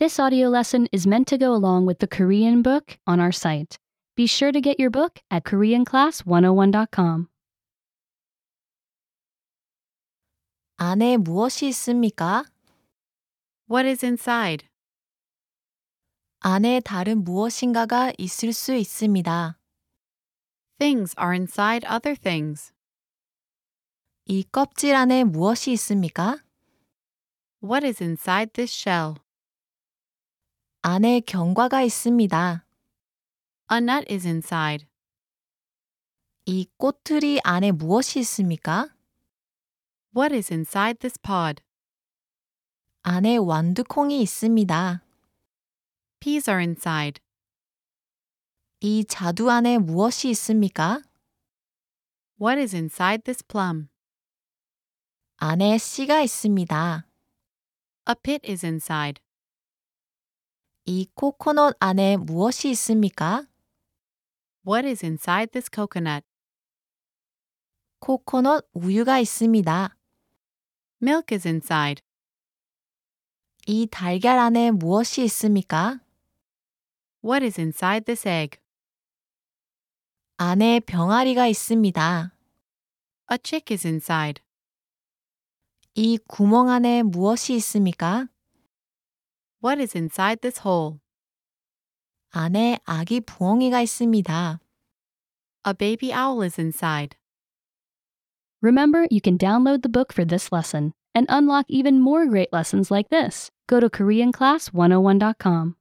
This audio lesson is meant to go along with the Korean book on our site. Be sure to get your book at koreanclass101.com. 안에 무엇이 있습니까? What is inside? 안에 다른 무엇인가가 있을 수 있습니다. Things are inside other things. 이 껍질 안에 무엇이 있습니까? What is inside this shell? 안에 경과가 있습니다. A nut is inside. 이 꼬투리 안에 무엇이 있습니까? What is inside this pod? 안에 완두콩이 있습니다. Peas are inside. 이 자두 안에 무엇이 있습니까? What is inside this plum? 안에 씨가 있습니다. A pit is inside. 이 코코넛 안에 무엇이 있습니까? What is inside this coconut? 코코넛 우유가 있습니다. Milk is inside. 이 달걀 안에 무엇이 있습니까? What is inside this egg? 안에 병아리가 있습니다. A chick is inside. 이 구멍 안에 무엇이 있습니까? What is inside this hole? 안에 아기 부엉이가 있습니다. A baby owl is inside. Remember, you can download the book for this oh lesson and unlock even more great lessons like this. Go to koreanclass101.com.